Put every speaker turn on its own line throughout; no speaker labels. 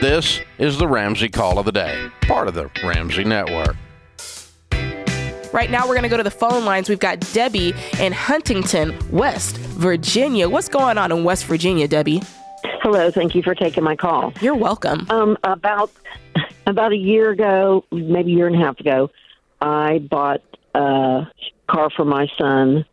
This is the Ramsey Call of the Day, part of the Ramsey Network.
Right now, we're going to go to the phone lines. We've got Debbie in Huntington, West Virginia. What's going on in West Virginia, Debbie?
Hello, thank you for taking my call.
You're welcome.
Um, about about a year ago, maybe a year and a half ago, I bought a car for my son.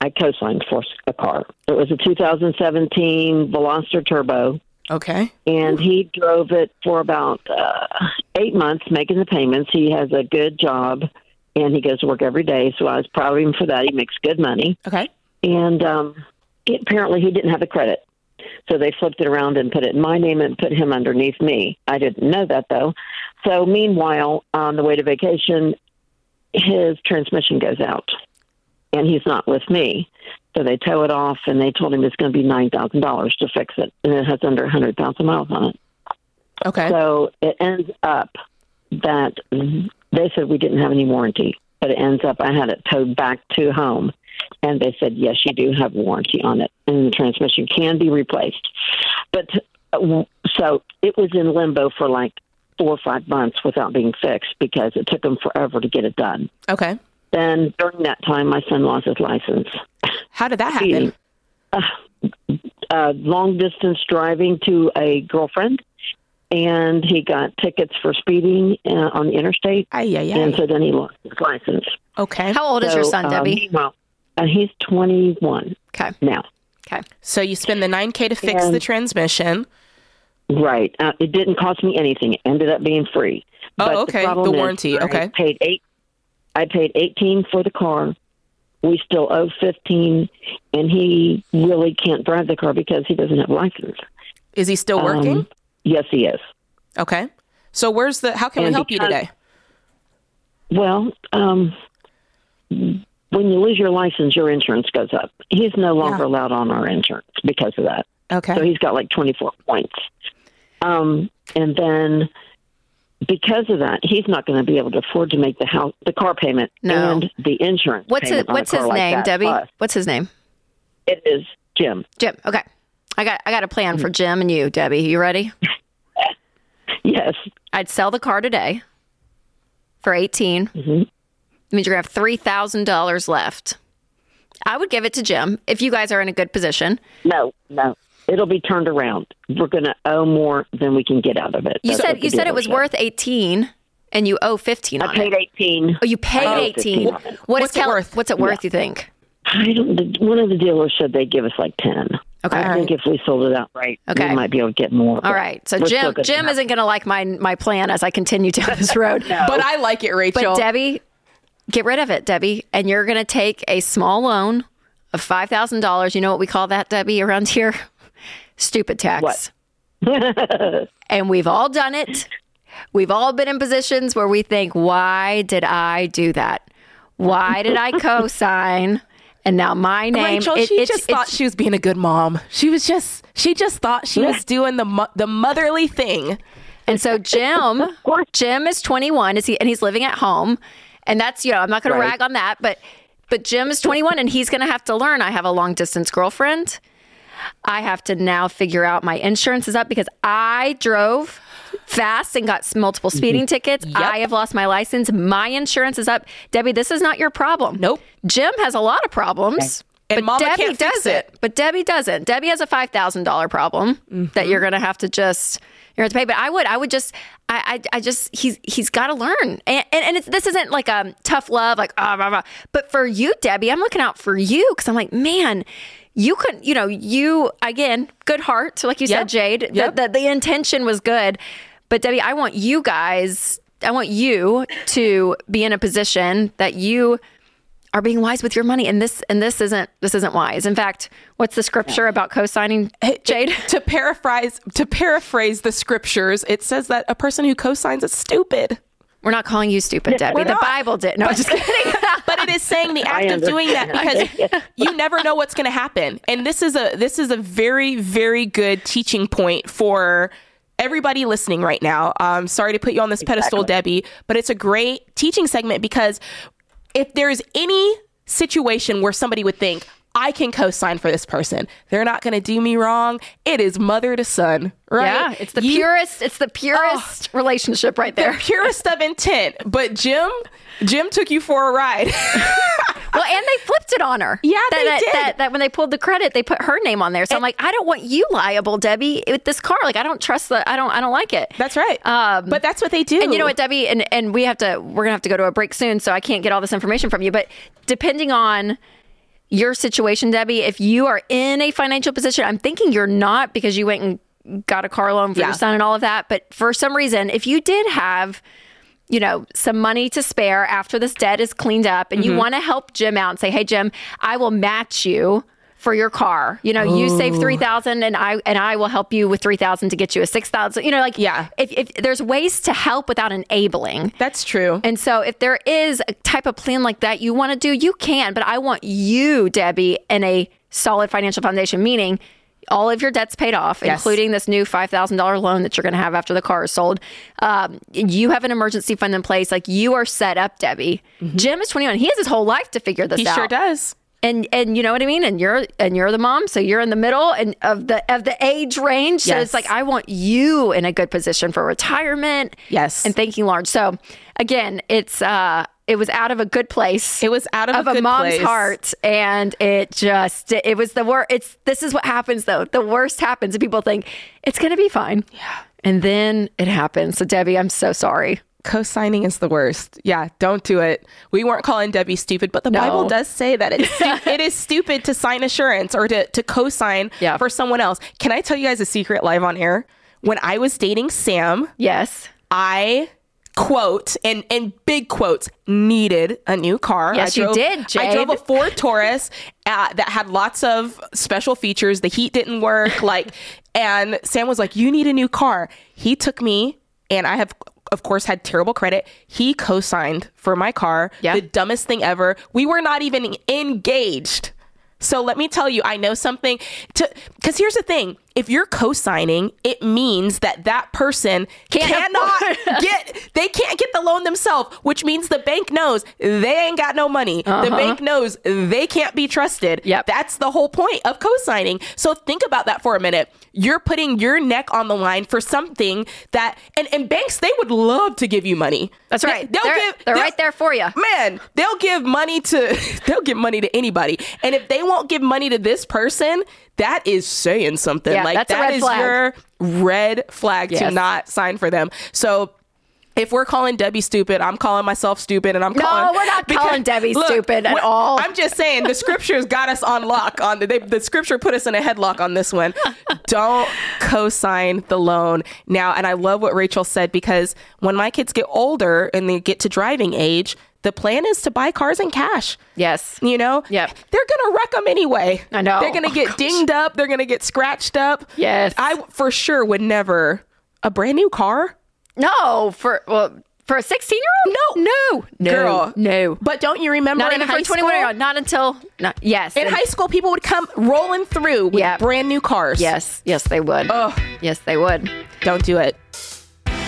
I co-signed for a car. It was a 2017 Veloster Turbo,
Okay.
and he drove it for about uh, eight months, making the payments. He has a good job, and he goes to work every day. So I was proud of him for that. He makes good money
Okay.
and um, he, apparently he didn't have the credit. So they flipped it around and put it in my name and put him underneath me. I didn't know that though. So meanwhile, on the way to vacation, his transmission goes out, and he's not with me. So they tow it off, and they told him it's going to be nine thousand dollars to fix it, and it has under a hundred thousand miles on it.
Okay.
So it ends up that they said we didn't have any warranty, but it ends up I had it towed back to home. And they said, yes, you do have warranty on it, and the transmission can be replaced. But uh, so it was in limbo for like four or five months without being fixed because it took them forever to get it done.
okay.
Then during that time, my son lost his license.
How did that happen?
uh, long distance driving to a girlfriend, and he got tickets for speeding uh, on the interstate,
Ay, yeah,
and
yeah.
so then he lost his license.
Okay.
How old is
so, um,
your son,
uh,
Debbie?
meanwhile, uh, he's 21
Okay.
now.
Okay.
So you spend the 9K to fix the transmission.
Right. Uh, it didn't cost me anything. It ended up being free.
Oh,
but
okay.
The,
The
problem is
warranty.
I
Okay.
Paid eight. I paid eighteen for the car. We still owe fifteen, and he really can't drive the car because he doesn't have a license.
Is he still working?
Um, yes, he is.
okay. So where's the, how can we
and
help you
because-
today?
Well, um, when you lose your license, your insurance goes up. He's no longer
Yeah.
allowed on our insurance because of that. So
Okay.
he's got like 24 points. Um, and then because of that, he's not going to be able to afford to make the house, the car payment,
No.
and the insurance.
What's his,
payment on a
What's his
car like
name,
that.
Debbie?
Plus,
What's his name?
it is Jim.
Jim. Okay. I got I got a plan
Mm-hmm.
for Jim and you, Debbie. You ready?
Yes,
I'd sell the car today for 18.
Mm-hmm.
It means you're going to have $3,000 left. I would give it to Jim if you guys are in a good position.
no, no. It'll be turned around. We're going to owe more than we can get out of it.
You
That's what
said
the
you said it was
dealer
worth 18 and you owe 15
I
on
paid
it.
18.
Oh, you paid
I owe
18.
15 on
What
it.
is
What's it
Cal-
worth?
What's it worth, you think?
I don't. the- One of the dealers said they'd give us like ten.
Okay.
I think if we sold it outright,
Okay.
we might be able to get more.
All right. So
We're still
Jim
gonna
Jim
have-
isn't going to like my my plan as I continue down this road.
But I like it,
But
Rachel.
Debbie, get rid of it, Debbie, and you're going to take a small loan of five thousand dollars. You know what we call that, Debbie, around here? Stupid tax.
What?
and we've all done it. We've all been in positions where we think, "Why did I do that? Why did I co-sign?" And now my name.
Rachel,
it-
she
it's-
just thought
it's-
she was being a good mom. She was just, she just thought she was doing the mo- the motherly thing.
And so Jim, Jim is 21, is he, and he's living at home, and that's you know I'm not going to rag on that, but but Jim is 21, and he's going to have to learn. I have a long distance girlfriend. I have to now figure out my insurance is up because I drove fast and got s- multiple speeding tickets. I have lost my license. My insurance is up. Debbie, this is not your problem.
Nope.
Jim has a lot of problems.
And
but
mama
Debbie
can't
does
fix it.
But Debbie doesn't. Debbie has a five thousand dollar problem that you're gonna have to just you're gonna have to pay. But I would, I would just, I, I, I just he's he's got to learn. And and, and it's, this isn't like um tough love, like ah, blah, blah. but for you, Debbie, I'm looking out for you because I'm like, man, you couldn't, you know, you again, good heart, so like you
Yep.
said, Jade.
Yep.
The, the the intention was good, but Debbie, I want you guys, I want you to be in a position that you are being wise with your money and this and this isn't this isn't wise in fact what's the scripture about co-signing jade
to paraphrase to paraphrase the scriptures, it says that a person who cosigns is stupid.
we're not calling you stupid debbie
we're
the
not.
bible did no i'm just kidding
But it is saying the act of doing that because you never know what's going to happen. And this is a this is a very very good teaching point for everybody listening right now. Um, sorry to put you on this pedestal, Debbie, but it's a great teaching segment because if there is any situation where somebody would think I can co-sign for this person. They're not going to do me wrong. It is mother to son, right?
Yeah, it's the you, purest. It's the purest oh, relationship right there. The
purest of intent. But Jim, Jim took you for a ride.
well, and they flipped it on her.
Yeah,
that,
they
that,
did.
That, that, when they pulled the credit, they put her name on there. So and, I'm like, I don't want you liable, Debbie, with this car. Like, I don't trust the. I don't. I don't like it.
That's right. Um, but that's what they do.
And you know what, Debbie, and and we have to. We're gonna have to go to a break soon, so I can't get all this information from you. But depending on your situation, Debbie, if you are in a financial position, I'm thinking you're not because you went and got a car loan for yeah. your son and all of that. But for some reason, if you did have, you know, some money to spare after this debt is cleaned up and mm-hmm. you want to help Jim out and say, hey, Jim, I will match you for your car. You know, Ooh. you save 3000 and I and I will help you with 3000 to get you a 6000. You know, like
yeah.
If, if there's ways to help without enabling.
That's true.
And so if there is a type of plan like that you want to do, you can, but I want you, Debbie, in a solid financial foundation meaning all of your debts paid off, yes. including this new $5,000 loan that you're going to have after the car is sold. Um, you have an emergency fund in place. Like you are set up, Debbie. Mm-hmm. Jim is 21. He has his whole life to figure this
he
out.
He sure does.
And, and you know what I mean, and you're and you're the mom, so you're in the middle and of the of the age range. So yes. it's like I want you in a good position for retirement.
Yes,
and thinking large. So again, it's uh, it was out of a good place.
It was out of,
of
a,
a mom's
place.
heart, and it just it was the worst. It's this is what happens though. The worst happens, and people think it's going to be fine.
Yeah,
and then it happens. So Debbie, I'm so sorry.
Co-signing is the worst. Yeah, don't do it. We weren't calling Debbie stupid, but the no. Bible does say that it's stu- it is stupid to sign assurance or to to co-sign
yeah.
for someone else. Can I tell you guys a secret live on air? When I was dating Sam,
yes,
I quote and and big quotes needed a new car.
Yes,
I
drove, you did. Jade.
I drove a Ford Taurus uh, that had lots of special features. The heat didn't work. Like, and Sam was like, "You need a new car." He took me, and I have. Of course, had terrible credit. He co-signed for my car.
Yeah.
The dumbest thing ever. We were not even engaged. So let me tell you, I know something to because here's the thing. If you're co-signing, it means that that person can't cannot get they can't get the loan themselves, which means the bank knows they ain't got no money. Uh-huh. The bank knows they can't be trusted.
Yep.
That's the whole point of co-signing. So think about that for a minute. You're putting your neck on the line for something that and, and banks they would love to give you money.
That's right.
They,
will
give
they're right there for you.
Man, they'll give money to they'll give money to anybody. And if they won't give money to this person, that is saying something.
Yeah,
like
that
is your red flag yes. to not sign for them. So if we're calling Debbie stupid, I'm calling myself stupid, and I'm calling.
No, we're not because, calling Debbie look, stupid at all.
I'm just saying the scriptures got us on lock. On the, they, the scripture put us in a headlock on this one. Don't co-sign the loan now. And I love what Rachel said because when my kids get older and they get to driving age, the plan is to buy cars in cash.
Yes.
You know?
Yep.
They're going to wreck them anyway.
I know.
They're going to oh, get gosh. dinged up. They're going to get scratched up.
Yes.
I for sure would never. A brand new car?
No. For, well, for a 16
old?
year No. No.
Girl.
No.
But don't you remember
not
in
even for
high
21 year old. Not until, not, yes.
In and, high school, people would come rolling through with yep. brand new cars.
Yes. Yes, they would.
Ugh.
Yes, they would.
Don't do it.